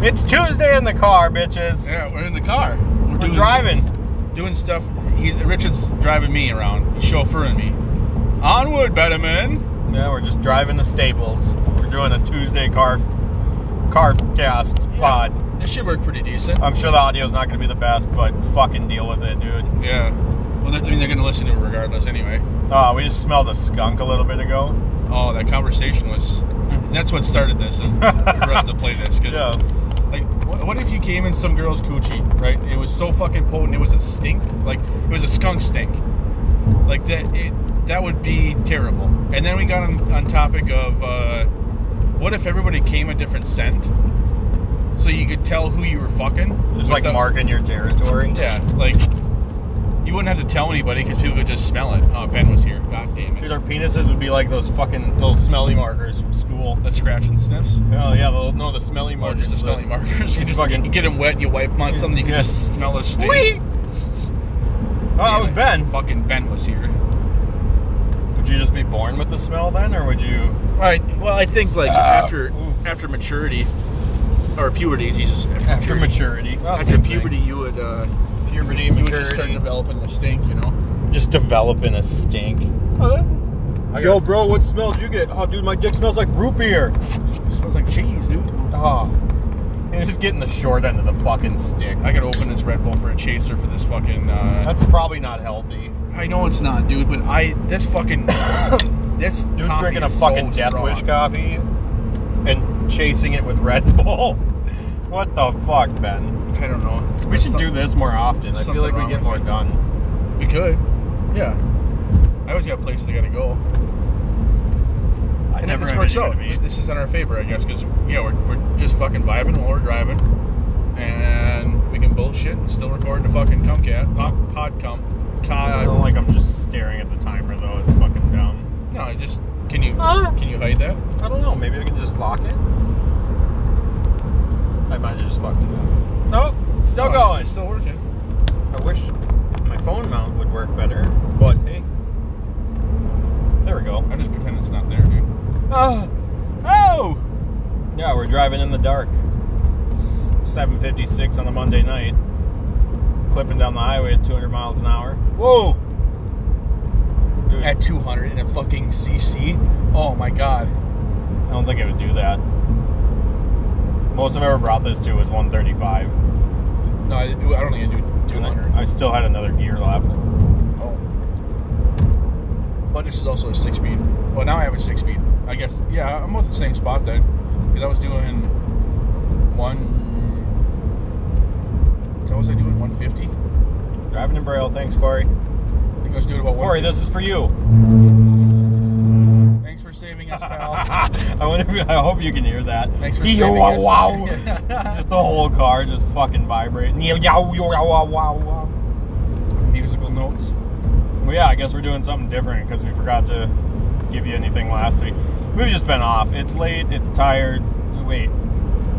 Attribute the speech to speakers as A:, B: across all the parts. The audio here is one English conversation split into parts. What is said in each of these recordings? A: It's Tuesday in the car, bitches.
B: Yeah, we're in the car. We're,
A: We're
B: doing,
A: driving.
B: doing stuff. He's Richard's driving me around, He's chauffeuring me. Onward, Betterman.
A: No, we're just driving to Staples. We're doing a Tuesday car car cast pod.
B: It should work pretty decent.
A: I'm sure the audio's not gonna be the best, but fucking deal with it, dude.
B: yeah. Well, that- I mean, they're gonna listen to it regardless anyway.
A: Uh, we just smelled a skunk a little bit ago.
B: Oh, that conversation was. That's what started this is for us to play this because.
A: Yeah.
B: Like, wh- what if you came in some girl's coochie, right? It was so fucking potent. It was a stink. Like, it was a skunk stink. Like that. It that would be terrible. And then we got on, on topic of uh, what if everybody came a different scent, so you could tell who you were fucking.
A: Just like
B: without-
A: marking your territory.
B: Yeah, like you wouldn't have to tell anybody because people could just smell it. Oh, Ben was here. God damn
A: Dude,
B: it.
A: our penises would be like those fucking little smelly markers from school.
B: The scratch and sniffs.
A: Oh yeah, the, no, the smelly
B: Or
A: markers.
B: just the smelly markers. You just
A: Fucking-
B: you get them wet. You wipe them on something. You can
A: Yeah.
B: just smell their stink.
A: Wait. Oh, that was
B: Damn it.
A: Ben.
B: Fucking Ben was here.
A: Would you just be born with the smell then, or would you?
B: Right. Well, I think like
A: Ah.
B: after
A: ooh.
B: after maturity or puberty, Jesus. After,
A: After
B: maturity,
A: maturity. Well,
B: after
A: same thing.
B: puberty, you would uh,
A: puberty,
B: you would just start
A: maturity.
B: developing the stink, you know.
A: Just developing a stink.
B: I
A: Yo,
B: got-
A: bro, what smell did you get? Oh, dude, my dick smells like root beer.
B: it smells like cheese, dude.
A: Oh. You're just getting the short end of the fucking stick.
B: I gotta open this Red Bull for a chaser for this fucking. Uh,
A: That's probably not healthy.
B: I know it's not, dude, but I this fucking this
A: Dude,
B: coffee
A: drinking a
B: is so
A: fucking Death
B: strong.
A: Wish coffee and chasing it with Red Bull. What the fuck, Ben?
B: I don't know.
A: We should do this more often. I feel
B: something
A: like we
B: wrong
A: get
B: with
A: more
B: me.
A: done.
B: We could. Yeah. I always got places I gotta go.
A: I
B: And
A: never
B: this
A: have
B: works
A: anything
B: out.
A: to eat.
B: This is in our favor, I guess, because yeah, we're, we're just fucking vibing while we're driving, and we can bullshit and still record the fucking cumcat pop pod cum.
A: I don't
B: Ca-
A: like I'm just staring at the timer though. It's fucking dumb.
B: no, I just can you
A: Ah.
B: can you hide that?
A: I don't know. Maybe I can just lock it. I might have just fucked it up. Nope. Still
B: No, it's-
A: going.
B: Oh, it's still working.
A: I wish my phone mount would work better, but hey. There we go.
B: I just pretend it's not there, dude.
A: Oh,
B: Oh,
A: yeah, we're driving in the dark. It's 7:56 on a Monday night, clipping down the highway at 200 miles an hour.
B: whoa!
A: Dude, I
B: At 200 in a fucking CC. Oh my god.
A: don't think it would do that. Most I've ever brought this to was 135.
B: No, I, I don't think I do
A: And
B: 200.
A: I, I still had another gear left.
B: Oh. But this is also a six speed. Well, now I have a six speed. I guess, yeah, I'm at the same spot then. Because I was doing one. What was I doing? 150? I
A: Driving in Braille, thanks, Corey.
B: think I was doing about
A: Corey,
B: 150.
A: this is for you.
B: Thanks for saving us, pal.
A: I wonder. If, I hope you can hear that.
B: Thanks for
A: Yow,
B: saving
A: wow,
B: us.
A: wow. just the whole car just fucking vibrating. Yow, yow, yow, yow, wow, wow, wow.
B: Musical notes.
A: Well, yeah, I guess we're doing something different because we forgot to give you anything last week. We've just been off. It's late. It's tired. Wait,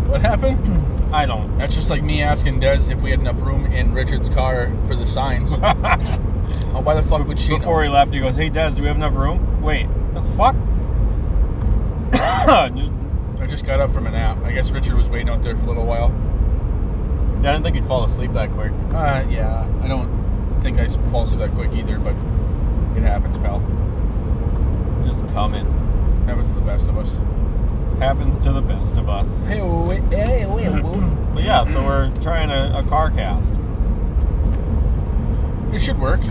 B: What happened?
A: I don't.
B: That's just like me asking Des if we had enough room in Richard's car for the signs. oh, why the fuck would she? know?
A: Before he left, he goes, "Hey, Des, do we have enough room?" Wait, the fuck? Just-
B: I just got up from a nap. I guess Richard was waiting out there for a little while.
A: yeah, I didn't think he'd fall asleep that quick.
B: Uh, yeah, I don't think I s- fall asleep that quick either, but it happens, pal.
A: Just coming.
B: Happens to the best of us.
A: happens to the best of us.
B: Hey, wait, hey, wait, wait.
A: But yeah, so we're trying a, a car cast.
B: It should work.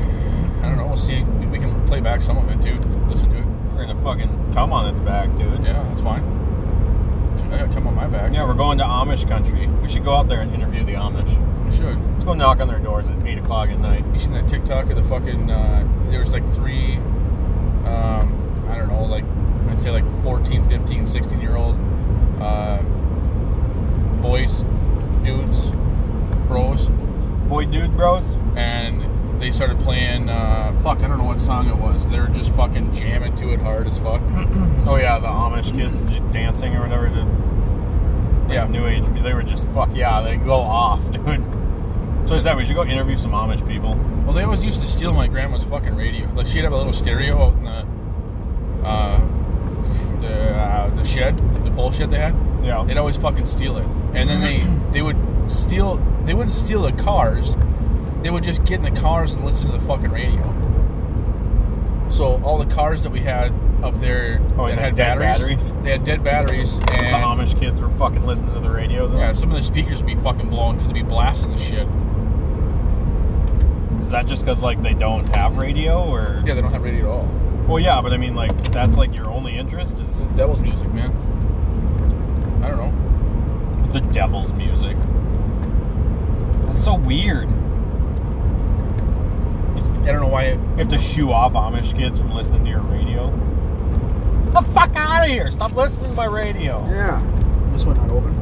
B: I don't know. We'll see. We can play back some of it too. Listen to it.
A: We're gonna fucking come on its back, dude.
B: Yeah, that's fine. I got come on my back.
A: Yeah, we're going to Amish country. We should go out there and interview the Amish.
B: we should.
A: Let's go knock on their doors at eight o'clock at night.
B: You seen that TikTok of the fucking? Uh, there was like three, um, I don't know, like I'd say like 14, 15, 16 year old uh, boys, dudes, bros,
A: Boy, dude, bros.
B: and they started playing. Uh, fuck, I don't know what song it was. They were just fucking jamming to it hard as fuck.
A: Oh yeah, the Amish kids j- dancing or whatever. The like,
B: Yeah.
A: new age. They were just fuck yeah. They go off, dude. So I said we should go interview some Amish people.
B: Well, they always used to steal my grandma's fucking radio. Like she'd have a little stereo out in the uh, the uh, the shed, the pole shed they had.
A: Yeah.
B: They'd always fucking steal it. and then they they would steal. They wouldn't steal the cars. They would just get in the cars and listen to the fucking radio. So all the cars that we had up there
A: Always Oh, had
B: that had
A: dead
B: batteries,
A: batteries.
B: They had dead batteries and
A: Some Amish kids were fucking listening to the radio.
B: yeah, some of the speakers would be fucking blown because they'd be blasting the shit.
A: Is that just because like they don't have radio or?
B: Yeah, they don't have radio at all.
A: Well, yeah, but I mean, like that's like your only interest is
B: Devil's music, man. I don't know.
A: the devil's music. That's so weird.
B: I don't know why. It,
A: You have to shoo off Amish kids from listening to your radio. The fuck out of here! Stop listening to my radio.
C: Yeah. This one not open.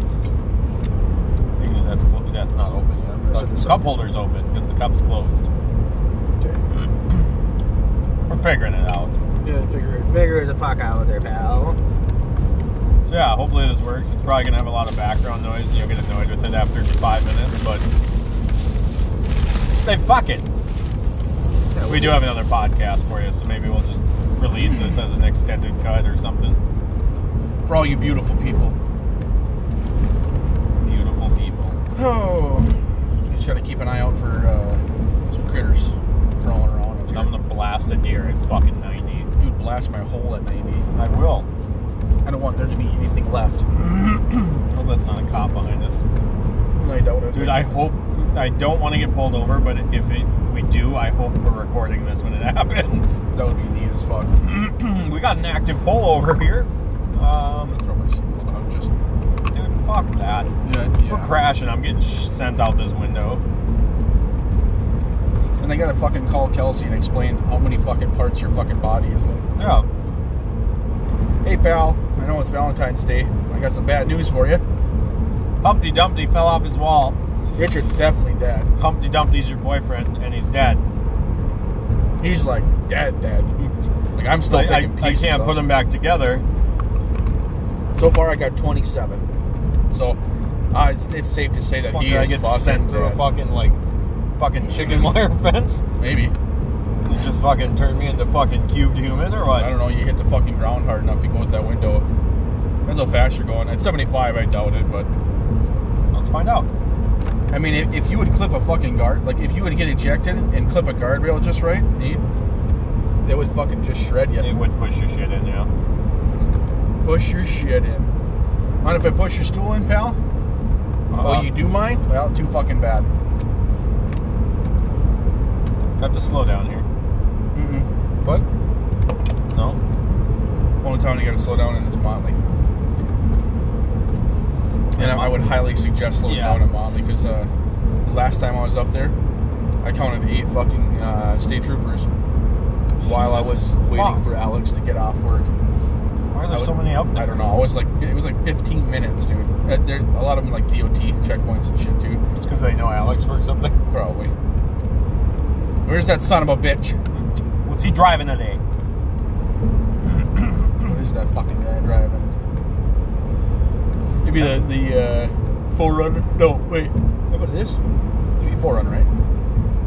A: Even That's clo- that's not open yet.
C: Yes, it
A: The
C: is
A: cup
C: open.
A: holder's open because the cup's closed.
C: Okay.
A: We're figuring it out.
C: Yeah, figure it. Figure the fuck out there, pal.
A: So yeah, hopefully this works. It's probably gonna have a lot of background noise, and you'll get annoyed with it after five minutes. But hey, fuck it.
C: Yeah,
A: We do have another podcast for you, so maybe we'll just release this as an extended cut or something.
B: for all you beautiful people.
A: Beautiful people.
B: Oh. Just try to keep an eye out for uh, some critters crawling around. up
A: And
B: here.
A: I'm gonna blast a deer at fucking ninety.
B: Dude, blast my hole at 90.
A: I will.
B: I don't want there to be anything left.
A: Hope that's not a cop behind us,
B: Mm-hmm. I doubt it.
A: dude. I hope. I don't want to get pulled over, but if it, we do, I hope we're recording this when it happens.
B: that would be neat as fuck.
A: we got an active pull over here. Um,
B: I'm gonna throw my seatbelt on just.
A: dude, fuck that.
B: Yeah,
A: We're crashing. I'm getting sh- sent out this window.
B: And I gotta fucking call Kelsey and explain how many fucking parts your fucking body is in.
A: Yeah.
B: Hey, pal. I know it's Valentine's Day. I got some bad news for you.
A: Humpty Dumpty fell off his wall.
B: Richard's definitely dead.
A: Humpty Dumpty's your boyfriend, and he's dead.
B: He's like dead, dead. Like I'm still
A: I, I,
B: picking
A: I
B: pieces
A: can't
B: up.
A: put him back together.
B: So far, I got 27. So uh, it's, it's safe to say that
A: Fucker,
B: he
A: I
B: is
A: get
B: fucking
A: sent through a
B: dead.
A: fucking like fucking chicken wire fence.
B: Maybe
A: You just fucking turned me into fucking cubed human or what?
B: I don't know. You hit the fucking ground hard enough, you go out that window. Depends how fast you're going. At 75, I doubt it, but
A: Let's find out.
B: I mean, if, if you would clip a fucking guard, like if you would get ejected and clip a guardrail just right, you they would fucking just shred you.
A: They would push your shit in, yeah.
B: Push your shit in. Mind if I push your stool in, pal?
A: Uh,
B: oh, you do mind? Well, too fucking bad.
A: have to slow down here.
B: Mm-mm. What?
A: No.
B: Only time you gotta slow down in is Motley. And I, I would highly suggest slowing
A: Yeah.
B: down in Motley because uh, last time I was up there, I counted eight fucking uh, state troopers while I was
A: Jesus
B: waiting
A: fuck.
B: for Alex to get off work.
A: Why are
B: I
A: there
B: would-
A: so many up
B: I
A: there?
B: don't know. I was like, it was like 15 minutes, dude. Uh, There, a lot of them like DOT checkpoints and shit too,
A: It's because they know Alex works up there.
B: probably. Where's that son of a bitch?
A: What's he driving today?
B: What is that fucking guy driving? It'd be the the uh, forerunner. No, wait. How about this? It'd be forerunner, right?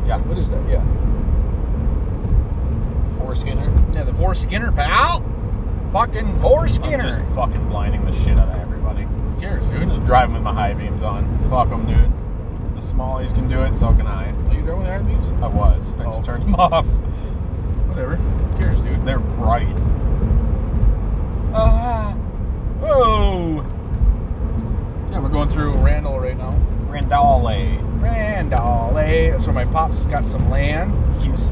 A: Yeah.
B: What is that? Yeah.
A: Foreskinner.
B: Yeah, the four skinner pal. Fucking four
A: I'm
B: skinner.
A: just fucking blinding the shit out of everybody.
B: Who cares,
A: Dude,
B: dude?
A: just driving with my high beams on. Fuck them, dude. If the smallies can do it, so can I.
B: Are you done with high beams?
A: I was. I
B: Oh.
A: just turned them off.
B: Whatever. Who cares, dude?
A: They're bright. Ah.
B: Whoa. Oh! Yeah, we're going through Randall right now.
A: Randale.
B: Randall, eh? That's where my pops got some land. He was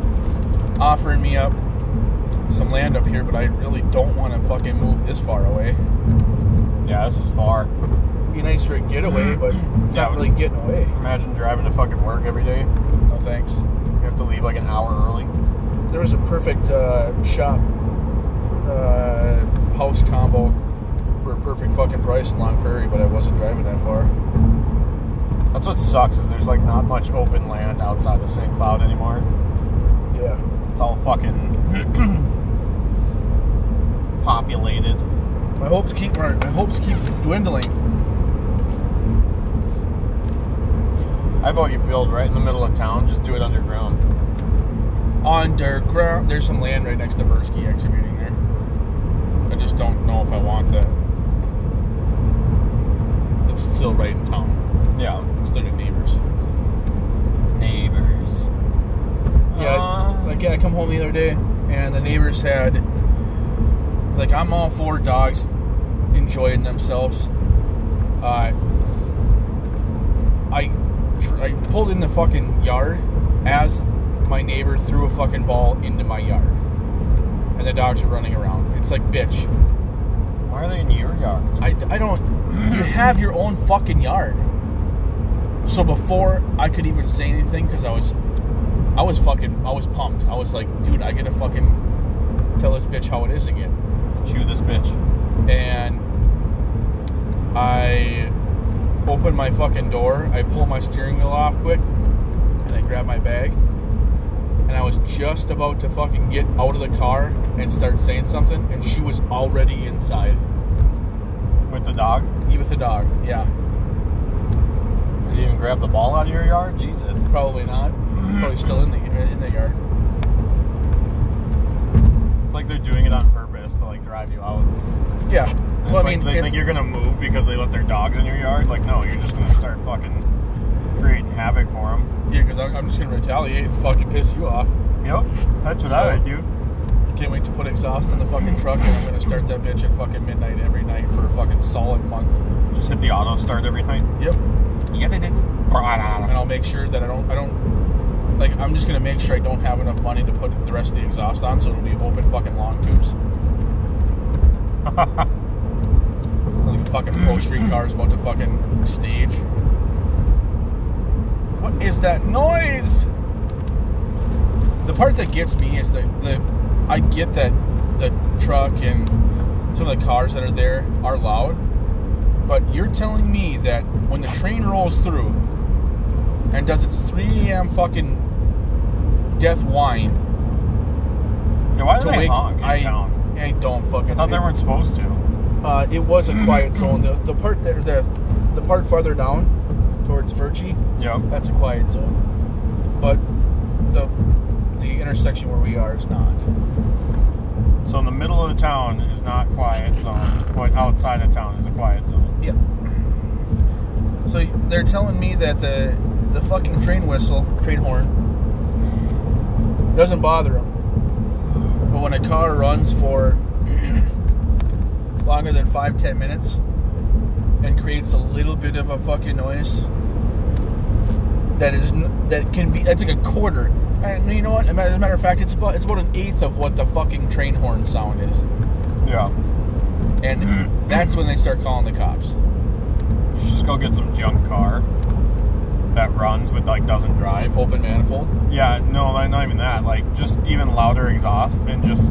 B: offering me up some land up here, but I really don't want to fucking move this far away.
A: Yeah, this is far.
B: Be nice for a getaway, but it's
A: Yeah.
B: not really getting away.
A: Imagine driving to fucking work every day.
B: No thanks.
A: You have to leave like an hour early.
B: There was a perfect uh, shop uh, house combo for a perfect fucking price in Long Prairie, but I wasn't driving that far.
A: That's what sucks is there's like not much open land outside of St. Cloud anymore.
B: Yeah.
A: It's all fucking populated.
B: My hopes keep my my hopes keep dwindling.
A: I vote you build right in the middle of town. Just do it underground.
B: Underground, there's some land right next to Bursky excavating there. I just don't know if I want that. It's it's still right in town.
A: Yeah.
B: Still good neighbors.
A: Neighbors.
B: Yeah,
A: Uh,
B: like yeah, I come home the other day, and the neighbors had like I'm all for dogs enjoying themselves. Uh, I tr- I pulled in the fucking yard as my neighbor threw a fucking ball into my yard, and the dogs were running around. It's like bitch,
A: Why are they in your yard?
B: I, I don't. You have your own fucking yard. So before I could even say anything, because I was, I was fucking, I was pumped. I was like, dude, I gotta fucking tell this bitch how it is again.
A: Chew this bitch.
B: And I open my fucking door. I pull my steering wheel off quick, and I grab my bag. And I was just about to fucking get out of the car and start saying something, and she was already inside.
A: With the dog?
B: Eat with the dog, yeah.
A: Did you even grab the ball out of your yard? Jesus.
B: Probably not. Probably still in the in the yard.
A: It's like they're doing it on purpose to like drive you out.
B: Yeah.
A: It's
B: Well, I
A: like
B: mean,
A: they
B: it's,
A: think you're gonna move because they let their dogs in your yard. Like, no, you're just gonna start fucking creating havoc for them.
B: yeah, because I'm, I'm just gonna retaliate and fucking piss you off.
A: Yep, that's what
B: So-
A: I would do.
B: Can't wait to put exhaust in the fucking truck, and I'm gonna start that bitch at fucking midnight every night for a fucking solid month.
A: Just hit the auto start every night.
B: Yep.
A: Yeah, they did. Or I don't
B: And I'll make sure that I don't I don't like I'm just gonna make sure I don't have enough money to put the rest of the exhaust on, so it'll be open fucking long tubes.
A: know.
B: Like a fucking pro street car is about to fucking stage. What is that noise? The part that gets me is that the I get that the truck and some of the cars that are there are loud, but you're telling me that when the train rolls through and does its 3 a.m. fucking death whine
A: yeah, why do
B: to
A: they
B: wake
A: honk in
B: I,
A: town?
B: I don't fucking
A: I thought they
B: it-
A: weren't supposed to.
B: uh, it was a quiet zone. The, the part there, the, the part farther down towards Virgie,
A: Yep.
B: that's a quiet zone. But the the intersection where we are is not.
A: So in the middle of the town is not quiet zone, but outside of town is a quiet zone.
B: Yeah. So they're telling me that the the fucking train whistle, train horn, doesn't bother them. But when a car runs for longer than five ten minutes and creates a little bit of a fucking noise, that is n- that can be that's like a quarter. And you know what? As a matter of fact, it's about it's about an eighth of what the fucking train horn sound is.
A: Yeah.
B: And that's when they start calling the cops.
A: You should just go get some junk car that runs but like doesn't drive.
B: Drive, open manifold.
A: Yeah, no, like, not even that. Like just even louder exhaust and just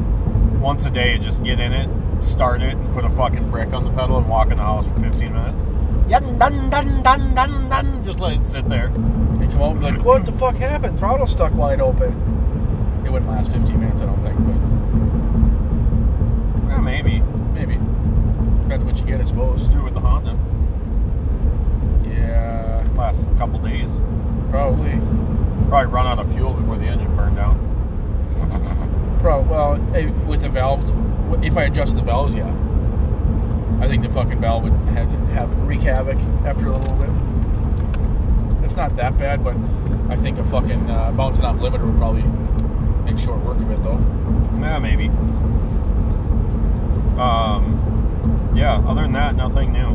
A: once a day, just get in it, start it, and put a fucking brick on the pedal and walk in the house for 15 minutes. Yun, dun dun dun dun dun. Just let it sit there.
B: They come over like, what the fuck happened? Throttle stuck wide open. It wouldn't last 15 minutes, I don't think, but
A: Yeah, maybe
B: maybe. That's what you get, I suppose.
A: do it with the Honda.
B: Yeah,
A: Last a couple days.
B: probably.
A: Probably run out of fuel before the engine burned down.
B: Pro. Well, eh, with the valve, if I adjusted the valves, yeah. I think the fucking valve would have, have wreak havoc after a little bit. It's not that bad, but I think a fucking uh, bouncing off limiter would probably make short work of it, though.
A: Yeah, maybe. Um, yeah. Other than that, nothing new.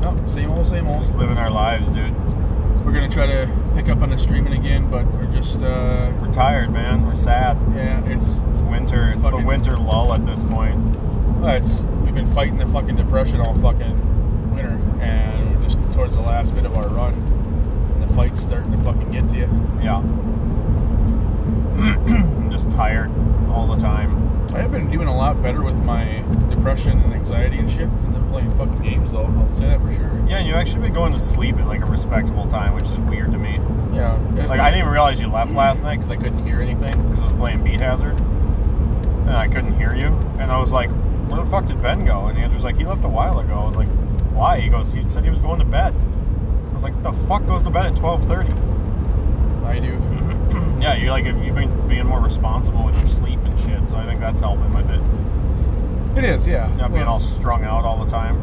B: No, Oh, same old, same old.
A: Just living our lives, dude.
B: We're gonna try to pick up on the streaming again, but we're just uh,
A: We're tired, man. We're sad.
B: yeah, it's
A: It's winter. It's
B: Fucking-
A: the winter lull at this point.
B: well, it's we've been fighting the fucking depression all fucking winter, and we're just towards the last bit of our run, and the fight's starting to fucking get to you.
A: Yeah. I'm just tired all the time.
B: I have been doing a lot better with my depression and anxiety and shit than playing fucking games, though. I'll say that for sure.
A: Yeah, and you actually been going to sleep at like a respectable time, which is weird to me.
B: Yeah, it-
A: Like I didn't even realize you left last night because I couldn't hear anything because I was playing Beat Hazard and I couldn't hear you. And I was like, "Where the fuck did Ben go?" And Andrew's like, "He left a while ago." I was like, "Why?" He goes, "He said he was going to bed." I was like, "The fuck goes to bed at 12:30?"
B: I do.
A: Yeah, you're like you've been being more responsible with your sleep and shit, so I think that's helping with it.
B: It is, yeah.
A: Not being
B: Well,
A: all strung out all the time,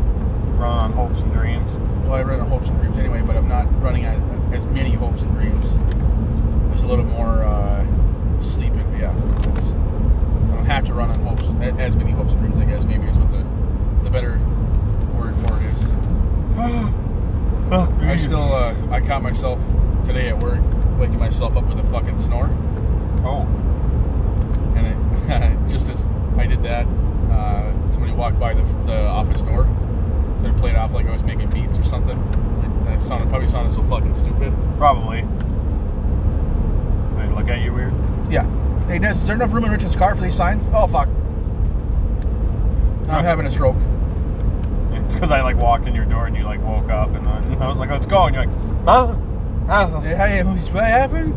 A: running on hopes and dreams.
B: Well, I run on hopes and dreams anyway, but I'm not running as, as many hopes and dreams. There's a little more uh, sleep, in, yeah. It's, I don't have to run on hopes, a- as many hopes and dreams, I guess. Maybe is what the, the better word for it is.
A: Fuck me.
B: I still, uh, I caught myself today at work waking myself up with a fucking snore.
A: Oh,
B: And it, just as I did that, uh, somebody walked by the, the office door. So it played off like I was making beats or something. I sounded probably sounded so fucking stupid.
A: probably. They look at you weird.
B: Yeah. Hey, Des, is there enough room in Richard's car for these signs? Oh, fuck. I'm having a stroke.
A: It's because I like walked in your door and you like woke up and then I was like, let's go. And you're like, huh? Huh?
B: Hey, who's- what happened?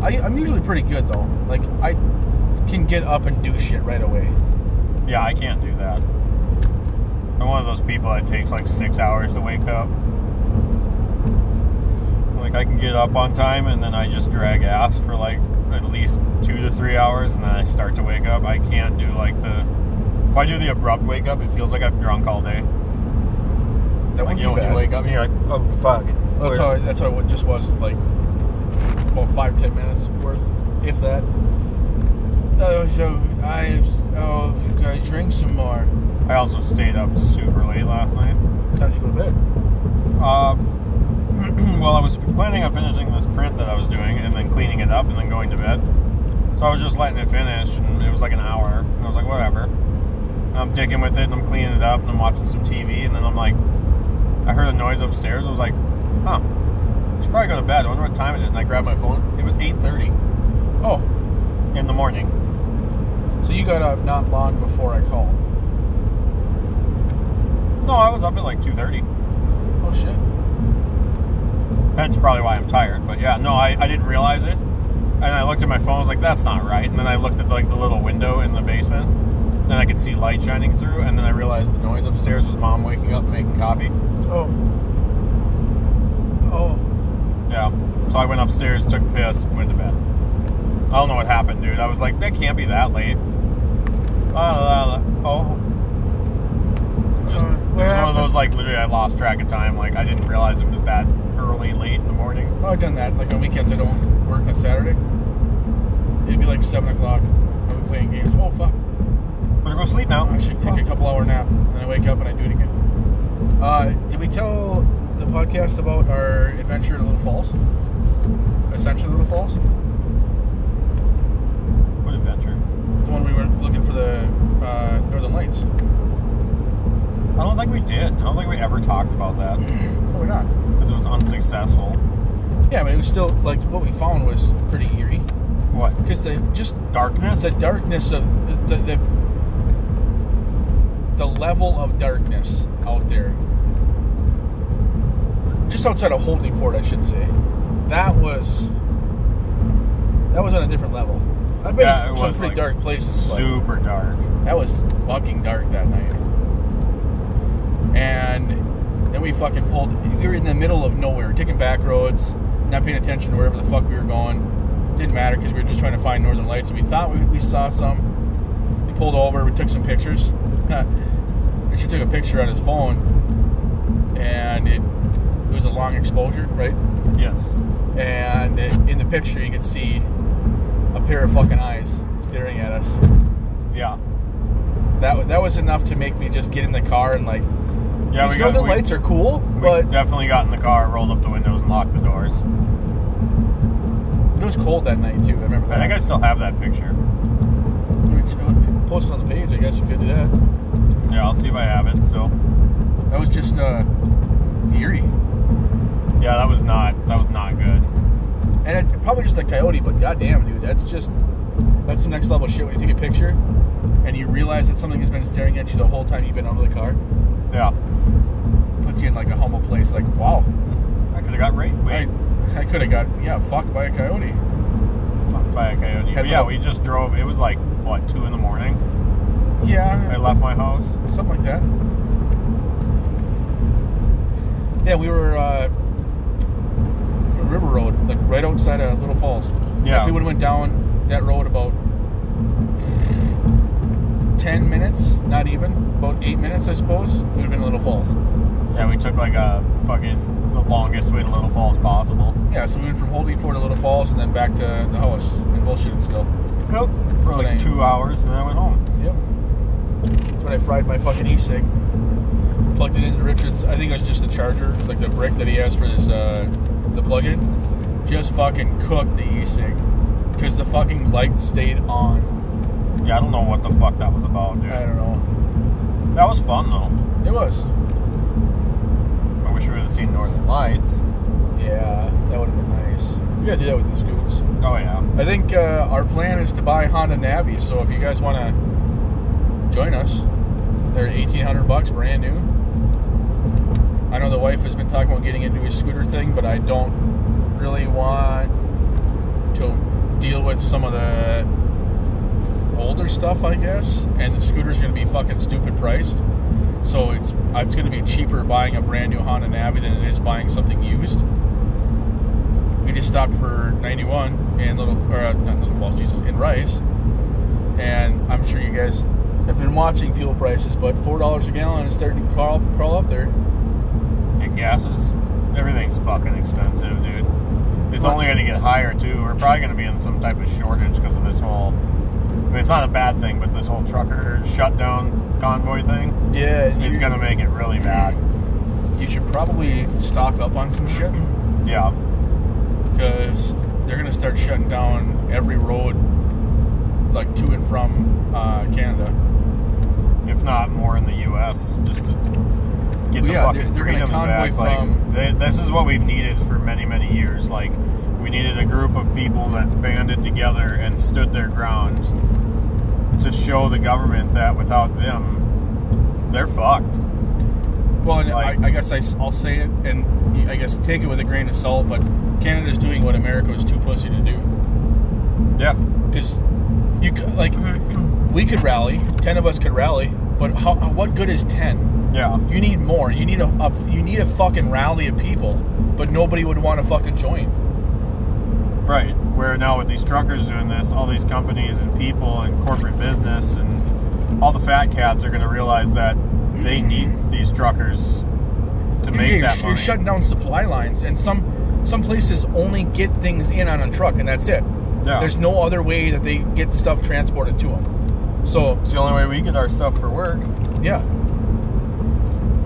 B: I, I'm usually pretty good, though. Like, I can get up and do shit right away.
A: Yeah, I can't do that. I'm one of those people that takes like six hours to wake up. Like, I can get up on time and then I just drag ass for like at least two to three hours and then I start to wake up. I can't do like the. If I do the abrupt wake up, it feels like I'm drunk all day.
B: That
A: Like,
B: would
A: you
B: be
A: know, when
B: bad.
A: you wake up and you're like, oh, fuck.
B: That's how, I, that's how it just was, like, about five, ten minutes worth, if that. Oh, So, I, oh, I drink some more.
A: I also stayed up super late last night.
B: What time did you go to bed?
A: Um, well, I was planning on finishing this print that I was doing and then cleaning it up and then going to bed. So I was just letting it finish, and it was like an hour. And I was like, whatever. I'm dicking with it, and I'm cleaning it up, and I'm watching some TV, and then I'm like, I heard a noise upstairs. I was like, huh, I should probably go to bed. I wonder what time it is. And I grabbed my phone. It was 8.30
B: Oh,
A: in the morning.
B: So you got up not long before I called.
A: No, I was up at like 2.30.
B: Oh shit.
A: That's probably why I'm tired. But yeah, no, I, I didn't realize it. And I looked at my phone, I was like, that's not right. And then I looked at like the little window in the basement. And I could see light shining through. And then I realized the noise upstairs was mom waking up and making coffee.
B: Oh. Oh.
A: Yeah. So I went upstairs, took a piss, went to bed. I don't know what happened, dude. I was like, that can't be that late. La, la, la. Oh. Just,
B: Uh,
A: it was one
B: what
A: of
B: happened?
A: those, like, literally, I lost track of time. Like, I didn't realize it was that early, late in the morning.
B: Well, I've done that. Like on weekends, I don't work on Saturday. It'd be like seven o'clock. I'll be playing games. Oh fuck!
A: Better go sleep now.
B: I should take a couple hour nap, and I wake up and I do it again. Uh, did we tell the podcast about our adventure to Little Falls? Ascension to Little Falls,
A: What adventure.
B: the one we were looking for the uh, Northern Lights.
A: I don't think we did. I don't think we ever talked about that
B: Probably not.
A: because it was unsuccessful.
B: Yeah, but it was still like what we found was pretty eerie
A: What?
B: because the just
A: Darkness?
B: the darkness of the, the the level of darkness out there just outside of holding fort i should say that was that was on a different level i've been
A: Yeah,
B: to
A: it
B: some
A: was,
B: pretty
A: like,
B: dark places but
A: Super dark.
B: that was fucking dark that night and then we fucking pulled we were in the middle of nowhere taking back roads not paying attention to wherever the fuck we were going didn't matter because we were just trying to find northern lights and we thought we, we saw some we pulled over we took some pictures richard took a picture on his phone and it, it was a long exposure right
A: Yes.
B: and in the picture you could see a pair of fucking eyes staring at us
A: Yeah.
B: that wa- that was enough to make me just get in the car and like.
A: Yeah,
B: these northern lights are cool,
A: we
B: but
A: definitely got in the car, rolled up the windows, and locked the doors.
B: it was cold that night too. I remember
A: I
B: that.
A: think I still have that picture.
B: I post it on the page. I guess you could do that.
A: Yeah, I'll see if I have it still.
B: That was just uh, eerie,
A: Yeah, that was not that was not good.
B: and it, probably just a coyote. But goddamn, dude, that's just that's some next level shit. When you take a picture and you realize that something has been staring at you the whole time you've been out of the car,
A: Yeah,
B: puts you in like a humble place. Like, wow,
A: I could have got raped. Wait,
B: I I could have got yeah fucked by a coyote.
A: fucked by a coyote.
B: Had
A: But yeah,
B: the-
A: we just drove. It was like what two in the morning. I
B: Yeah,
A: left my house.
B: something like that. Yeah, we were uh, River Road, like right outside of Little Falls.
A: Yeah.
B: If we would have went down that road about ten minutes, not even about eight minutes, I suppose, it would have been Little Falls.
A: Yeah, we took like a fucking the longest way to Little Falls possible.
B: Yeah, so we went from Holding Ford to Little Falls and then back to the house and bullshitted still.
A: Yep. For like
B: Tonight.
A: two hours, and then I went home.
B: Yep. That's when I fried my fucking e-cig. Plugged it into Richard's. I think it was just the charger, like the brick that he has for this, uh, the plug-in. Just fucking cooked the e-cig because the fucking light stayed on.
A: Yeah, I don't know what the fuck that was about, dude.
B: I don't know.
A: That was fun though.
B: It was.
A: I wish we would have seen Northern Lights.
B: Yeah, that would have been nice. We gotta do that with the scoots.
A: Oh yeah.
B: I think uh, our plan is to buy Honda Navi. So if you guys want to join us, they're eighteen hundred bucks, brand new. I know the wife has been talking about getting into a scooter thing, but I don't really want to deal with some of the older stuff, I guess. And the scooter's going to be fucking stupid priced, so it's it's going to be cheaper buying a brand new Honda Navi than it is buying something used we just stopped for 91 in Little, or uh, not Little Falls, Jesus, in Rice. And I'm sure you guys have been watching fuel prices, but four dollars a gallon is starting to crawl crawl up there.
A: And gas is everything's fucking expensive, dude. It's only going to get higher too. We're probably going to be in some type of shortage because of this whole. I mean, it's not a bad thing, but this whole trucker shutdown convoy thing
B: Yeah, and
A: is
B: you,
A: going to make it really bad.
B: you should probably stock up on some shit
A: Yeah.
B: because they're gonna start shutting down every road, like to and from uh, Canada.
A: if not more in the U.S. Just to get
B: Well,
A: the
B: yeah,
A: fucking
B: they're- they're gonna
A: freedoms back.
B: convoy from-
A: Like th this is what we've needed for many, many years. Like we needed a group of people that banded together and stood their ground to show the government that without them, they're fucked.
B: Well, and
A: Like-
B: I, I guess I, will say it, and I guess take it with a grain of salt, but Canada's doing what America was too pussy to do.
A: Yeah.
B: because you could, like we could rally 10 of us could rally but how, what good is 10
A: Yeah.
B: you need more you need a, a- you need a fucking rally of people but nobody would want to fucking join
A: Right. Where now with these truckers doing this, all these companies and people and corporate business and all the fat cats are going to realize that they need these truckers to make
B: you're,
A: that money.
B: you're shutting down supply lines and some some places only get things in on a truck and that's it
A: Yeah.
B: there's no other way that they get stuff transported to them so
A: It's the only way we get our stuff for work.
B: yeah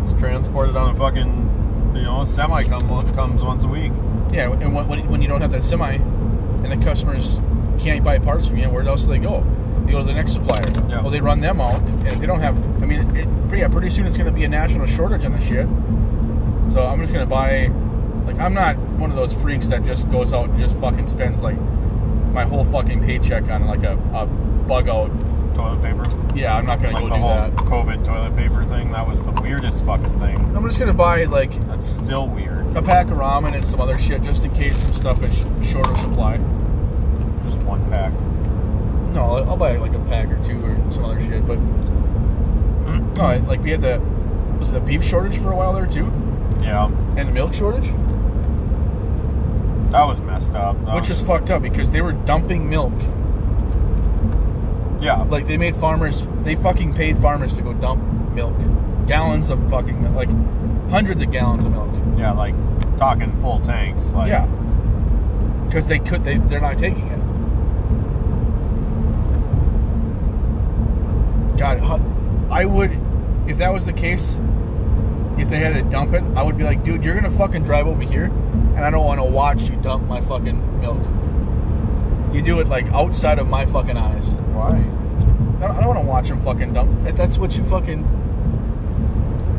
A: It's transported on a fucking, you know, semi come, comes once a week.
B: yeah and when, when when you don't have that semi and the customers can't buy parts from you where else do they go they go to the next supplier
A: Yeah.
B: well they run them out and if they don't have i mean it, pretty- yeah, pretty soon it's going to be a national shortage on this shit so i'm just going to buy like i'm not one of those freaks that just goes out and just fucking spends like my whole fucking paycheck on like a, a bug out
A: Toilet paper.
B: yeah i'm not going to
A: Like
B: go
A: the
B: do
A: whole
B: that
A: COVID toilet paper thing. That was the weirdest fucking thing.
B: i'm just going to buy like
A: That's still weird.
B: a pack of ramen and some other shit just in case some stuff is sh- short of supply
A: Just one pack.
B: No, I'll I'll buy like a pack or two or some other shit. But no, I- like we had the was it the beef shortage for a while there too,
A: Yeah.
B: and the milk shortage,
A: That was messed up. That
B: which
A: was-
B: is fucked up because they were dumping milk.
A: Yeah.
B: Like they made farmers, they fucking paid farmers to go dump milk, gallons of fucking milk, like hundreds of gallons of milk.
A: Yeah, like talking full tanks. Like,
B: yeah, because they could, they they're not taking it. God, how- I would, if that was the case, if they had to dump it, I would be like, dude, you're gonna fucking drive over here, and I don't want to watch you dump my fucking milk. You do it like outside of my fucking eyes.
A: Why?
B: I don't, I don't want to watch him fucking dump. That- That's what you fucking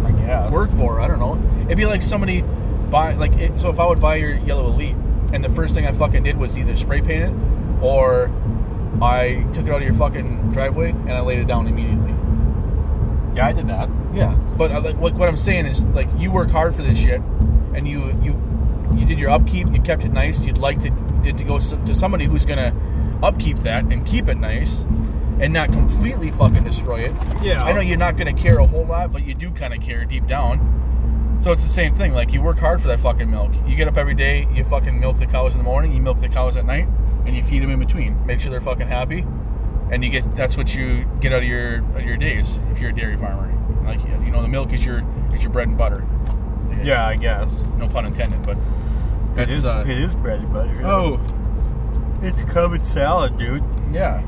A: I guess.
B: work for. I don't know. It'd be like somebody buy like it, so if I would buy your yellow elite and the first thing I fucking did was either spray paint it or I took it out of your fucking driveway and I laid it down immediately.
A: Yeah, I did that.
B: Yeah, but I, like what, what I'm saying is like you work hard for this shit and you you you did your upkeep, you kept it nice, you'd like to did to go s to somebody who's going to upkeep that and keep it nice and not completely fucking destroy it.
C: Yeah.
B: I know you're not going to care a whole lot, but you do kind of care deep down. So it's the same thing. Like you work hard for that fucking milk. You get up every day, you fucking milk the cows in the morning, you milk the cows at night, and you feed them in between. Make sure they're fucking happy. and you get that's what you get out of your out of your days if you're a dairy farmer. Like you know, the milk is your is your bread and butter.
A: Yeah, I guess.
B: No pun intended, but
A: It
B: that's,
A: is.
B: uh,
A: it is bread and butter. yeah.
B: oh
A: it's covered salad, dude.
B: yeah.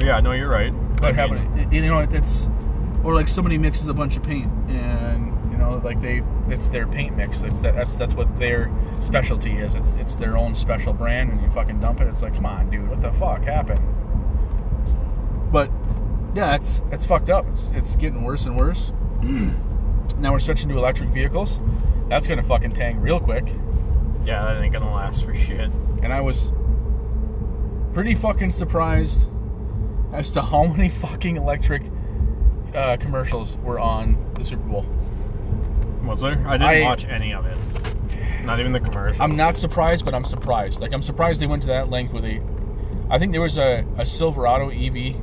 A: Yeah, no, you're right.
B: But
A: I mean,
B: having it, you know, it's or like somebody mixes a bunch of paint and you know, like they it's their paint mix. It's that that's that's what their specialty is. It's it's their own special brand, and you fucking dump it. It's like, come on, dude, what the fuck happened? But yeah, it's it's fucked up. It's it's getting worse and worse. now we're switching to electric vehicles. That's gonna fucking tank real quick
A: Yeah, that ain't gonna last for shit.
B: and I was pretty fucking surprised as to how many fucking electric uh, commercials were on the Super Bowl.
A: Was there? I didn't
B: I-
A: watch any of it. Not even the commercial.
B: I'm not surprised, but I'm surprised. Like I'm surprised they went to that length with a. I think there was a, a Silverado EV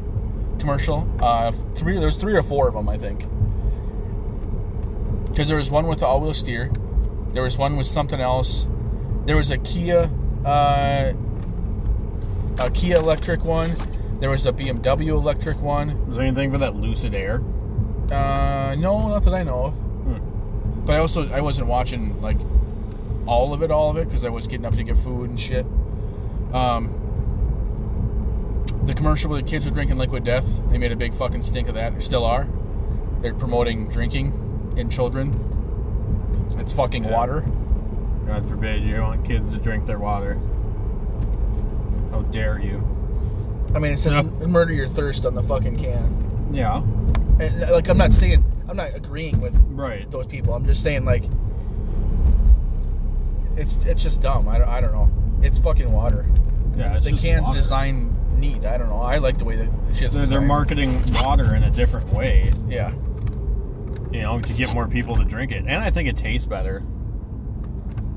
B: commercial. Uh, three there's three or four of them, I think. Because there was one with the all-wheel steer, there was one with something else, there was a Kia, uh, a Kia electric one, there was a BMW electric one.
A: Was there anything for that lucid air? Hmm.
B: Uh, no, not that I know of. But I also I wasn't watching like all of it, all of it, because I was getting up to get food and shit. Um, the commercial where the kids were drinking Liquid Death, they made a big fucking stink of that. They still are. They're promoting drinking in children. It's fucking
A: Yeah.
B: water.
A: God forbid you want kids to drink their water. How dare you?
B: I mean, it says
A: Yeah.
B: murder your thirst on the fucking can.
A: Yeah.
B: And, uh, like, I'm not saying, I'm not agreeing with
A: Right.
B: those people. I'm just saying, like, it's it's just dumb. I don't, I don't know. It's fucking water.
A: Yeah. it's
B: the
A: just
B: can's
A: water.
B: designed neat. I don't know. I like the way that shit's
A: They're, they're
B: designed.
A: marketing water in a different way,
B: Yeah,
A: you know, to get more people to drink it, and I think it tastes better.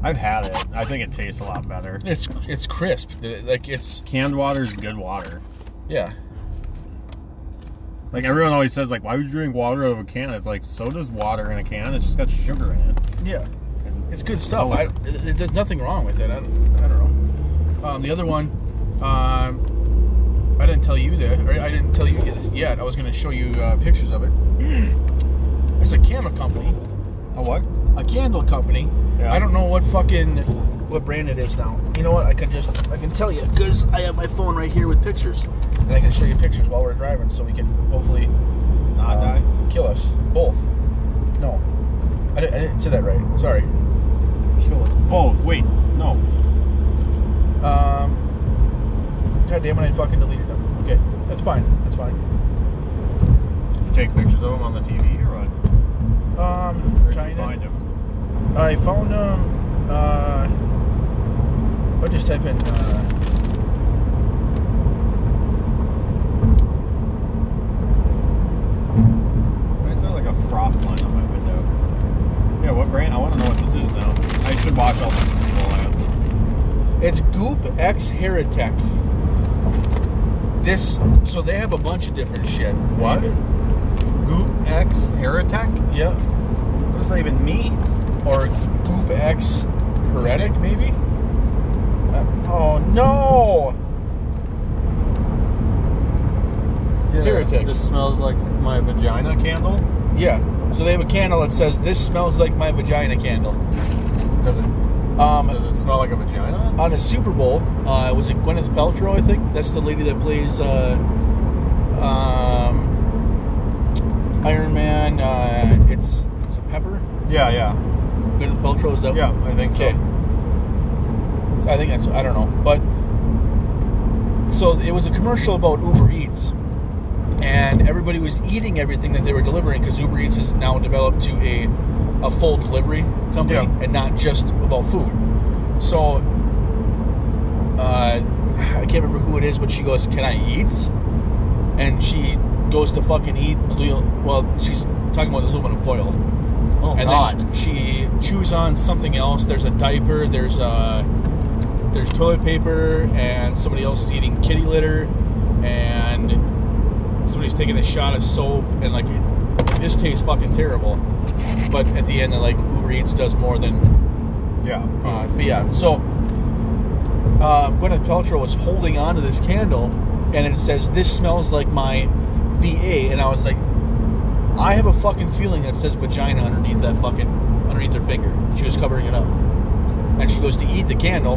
A: I've had it. I think it tastes a lot better.
B: it's it's crisp. Like it's
A: Canned water is good water.
B: yeah.
A: Like everyone always says, like, why would you drink water out of a can? It's like so does water in a can. It's just got sugar in it.
B: Yeah, it's good stuff. I, th- th- there's nothing wrong with it. I don't, I don't know. Um, the other one, um, I didn't tell you that, or I didn't tell you this yet. I was going to show you uh, pictures of it. There's a candle company,
A: Oh what?
B: a candle company.
A: Yeah.
B: I don't know what fucking what brand it is now. You know what? I can just I can tell you because I have my phone right here with pictures, and I can show you pictures while we're driving, so we can hopefully
A: Not
B: uh, kill us both. No, I didn't, I didn't say that right. Sorry.
A: Kill us both. Oh, Wait, no.
B: Um, God damn it, I fucking deleted them. Okay, that's fine. That's fine.
A: Take pictures of them on the TV or what?
B: Um,
A: Where'd you
B: kinda.
A: find them?
B: I found them. Uh, I'll just type in. Uh,
A: Why is there like a frost line on my window? Yeah, what brand? I want to know what this is now. I should watch all the Super Bowl ads.
B: it's Goop X Heritech. This, so they have a bunch of different shit.
A: What? Goop X Heritech?
B: Yep.
A: What does that even mean?
B: Or Goop X Heretic, maybe? Uh, oh no! Heretic.
A: This smells like my vagina candle.
B: Yeah. So they have a candle that says, This smells like my vagina candle.
A: Does it?
B: Um,
A: Does it smell like a vagina?
B: on a Super Bowl. Uh, was it Gwyneth Paltrow? I think that's the lady that plays uh, um, Iron Man. Uh, it's is it Pepper?
A: Yeah, yeah,
B: Gwyneth Paltrow is that?
A: yeah. I think so.
B: Okay. I think that's. I don't know, but so it was a commercial about Uber Eats, and everybody was eating everything that they were delivering because Uber Eats has now developed to a a full delivery company
A: Yeah.
B: and not just about food. So uh, I can't remember who it is, but she goes, "Can I eat?" And she goes to fucking eat. alu- Well, she's talking about aluminum foil
A: Oh
B: and then she chews on something else. There's a diaper. There's uh, there's toilet paper, and somebody else is eating kitty litter, and somebody's taking a shot of soap, and like it- this tastes fucking terrible. But at the end, they're like Uber Eats does more than,
A: yeah,
B: uh, but yeah. So uh, Gwyneth Paltrow was holding on to this candle and it says this smells like my VA, and I was like, I have a fucking feeling that says vagina underneath that fucking underneath her finger. She was covering it up, and she goes to eat the candle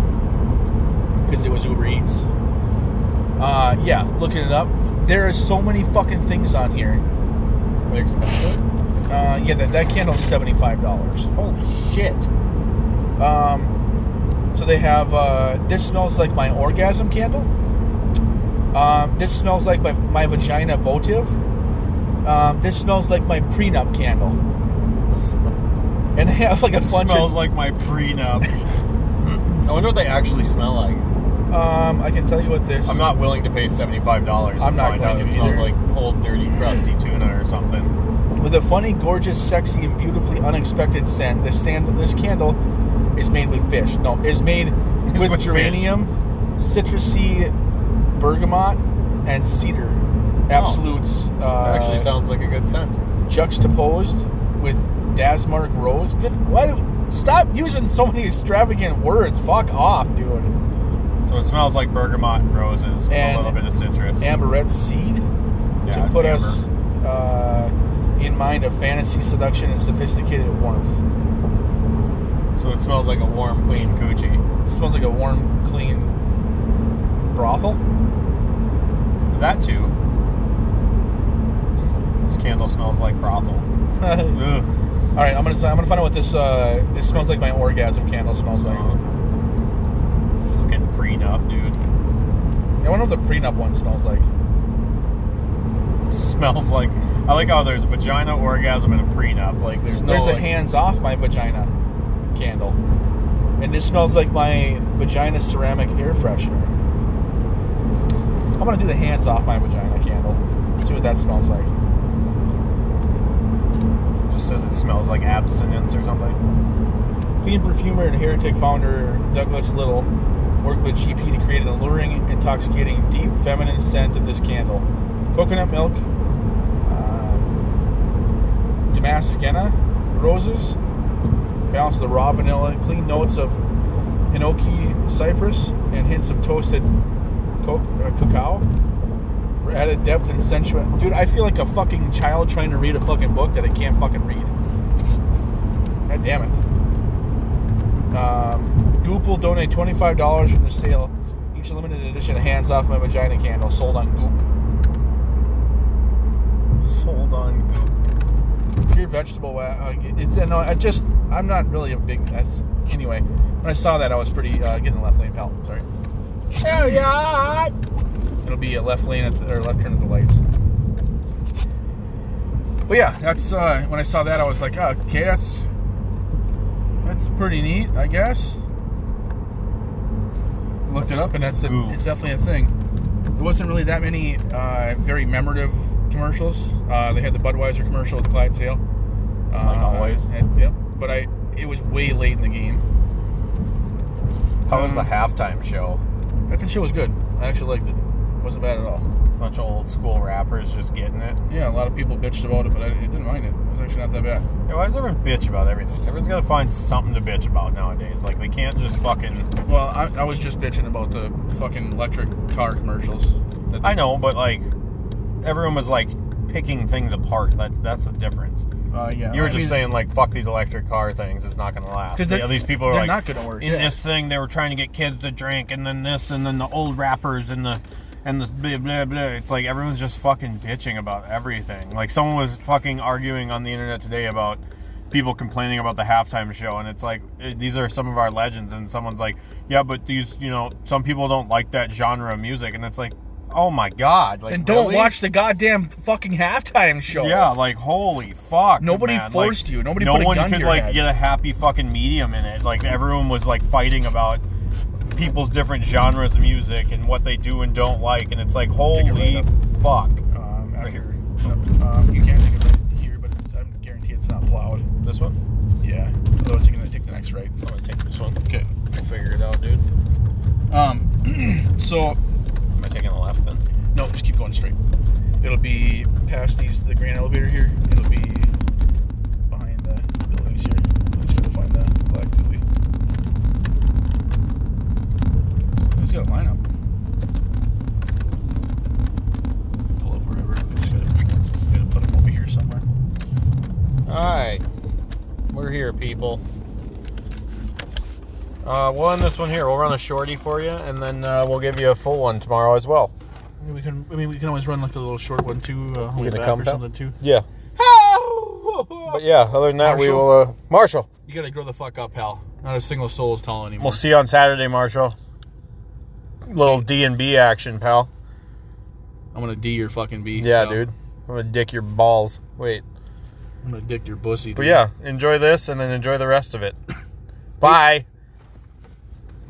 B: because it was Uber Eats. Uh, yeah, looking it up. There is so many fucking things on here.
A: They expensive?
B: Uh, yeah, that, that candle's seventy five dollars.
A: Holy shit.
B: Um, so they have uh, this smells like my orgasm candle. Um, this smells like my, my vagina votive. Um, this smells like my prenup candle.
A: This
B: And they have like a bunch
A: smells
B: of.
A: like my prenup. I wonder what they actually smell like.
B: um, I can tell you what this.
A: I'm not willing to pay seventy-five dollars.
B: I'm not
A: find
B: going
A: out
B: to
A: It smells
B: either.
A: like old, dirty, crusty tuna or something.
B: With a funny, gorgeous, sexy, and beautifully unexpected scent, this sand, this candle is made with fish. No, is made with,
A: With fish.
B: geranium, citrusy, bergamot, and cedar. Absolutes. Uh,
A: It Oh. actually sounds like a good scent.
B: juxtaposed with Dasmark Rose. Good. Why? Stop using so many extravagant words. Fuck off, dude.
A: So it smells like bergamot and roses with
B: And-
A: a little bit of citrus.
B: Amberette seed
A: Yeah,
B: to put
A: amber.
B: us uh, in mind of fantasy, seduction, and sophisticated warmth.
A: So it smells like a warm, clean coochie.
B: smells like a warm, clean brothel.
A: That too. This candle smells like brothel.
B: All
A: Ugh.
B: right, I'm gonna I'm gonna find out what this uh, this smells like. My orgasm candle smells like.
A: Uh-huh. Fucking prenup, dude.
B: I wonder what the prenup one smells like.
A: It smells like. I like how there's vagina orgasm and a prenup. Like there's no.
B: There's a
A: like-
B: hands off my vagina candle. And this smells like my vagina ceramic air freshener. I'm gonna do the hands off my vagina candle. See what that smells like.
A: Just says it smells like abstinence or something.
B: Clean perfumer and heretic founder Douglas Little worked with GP to create an alluring, intoxicating, deep feminine scent of this candle. Coconut milk, uh, Damascena roses, balanced with a raw vanilla, clean notes of Hinoki cypress, and hints of toasted co- uh, cacao. For added depth and sensuality. Dude, I feel like a fucking child trying to read a fucking book that I can't fucking read. God damn it. Um, Goop will donate twenty-five dollars from the sale. Each limited edition hands off my vagina candle sold on Goop.
A: Sold on goop.
B: Pure vegetable wax. Uh, it's uh, no, I just I'm not really a big. That's, anyway, when I saw that, I was pretty uh, getting the left lane pal. Sorry,
C: Oh, God.
B: it'll be a left lane at the, or left turn at the lights. But yeah, that's uh, when I saw that, I was like, oh, okay, that's that's pretty neat, I guess. Looked it up, and that's
A: Ooh.
B: a, it's definitely a thing. There wasn't really that many uh, very memorative commercials. Uh, they had the Budweiser commercial with Clydesdale, uh,
A: Like always.
B: and- yep. But I, it was way late in the game.
A: How was the
B: Um,
A: halftime show?
B: That shit was good. I actually liked it. wasn't bad at all.
A: bunch of old school rappers just getting it.
B: Yeah, a lot of people bitched about it, but I, I didn't mind it. It was actually not that bad.
A: Yeah, why does everyone bitch about everything? Everyone's got to find something to bitch about nowadays. Like they can't just fucking.
B: Well, I, I was just bitching about the fucking electric car commercials. That-
A: I know, but like everyone was like picking things apart. That that's the difference.
B: uh, yeah,
A: You were
B: I
A: just
B: mean-
A: saying like fuck these electric car things. It's not gonna last.
B: 'Cause they're-
A: Yeah, these people are
B: they're
A: like
B: not gonna work,
A: In
B: yeah.
A: this thing, they were trying to get kids to drink, and then this, and then the old rappers, and the and the blah blah blah. It's like everyone's just fucking bitching about everything. Like someone was fucking arguing on the internet today about people complaining about the halftime show, and it's like eh, these are some of our legends, and someone's like, yeah, but these, you know, some people don't like that genre of music, and it's like, oh my god, like
B: and don't
A: really?
B: watch the goddamn fucking halftime show.
A: Yeah, like holy fuck.
B: Nobody
A: man.
B: forced
A: Like,
B: you. Nobody
A: No
B: put a
A: one
B: gun to
A: could
B: your
A: like
B: head.
A: get a happy fucking medium in it. Like everyone was like fighting about people's different genres of music and what they do and don't like, and it's like
B: Take it right
A: holy
B: up.
A: fuck.
B: Um,
A: Right
B: after,
A: here.
B: no, um, you can take it right here, but it's, I guarantee it's not plowed.
A: This one?
B: Yeah. Otherwise, you're gonna take the next right.
A: I'm gonna take this one.
B: Okay.
A: I'll figure it out, dude.
B: Um. so
A: Am I taking the left then?
B: no, just keep going straight. It'll be past these the grand elevator here. It'll be behind the buildings here. I just gotta find that black building. Who's got a lineup?
A: We're here, people. Uh, we'll end this one here. We'll run a shorty for you, and then uh, we'll give you a full one tomorrow as well.
B: We can. I mean, we can always run like a little short one too, uh,
A: You
B: hold
A: gonna
B: back
A: come,
B: or
A: pal?
B: something too.
A: Yeah. But yeah, other than that, we
B: Marshall?
A: will. Uh, Marshall.
B: You gotta grow the fuck up, pal. Not a single soul is tall anymore.
A: We'll see you on Saturday, Marshall. Little D and B action, pal.
B: I'm gonna d your fucking b.
A: Yeah,
B: pal.
A: dude. I'm gonna dick your balls. Wait.
B: I'm gonna dick your bussy.
A: But
B: dude.
A: yeah, enjoy this and then enjoy the rest of it. Bye.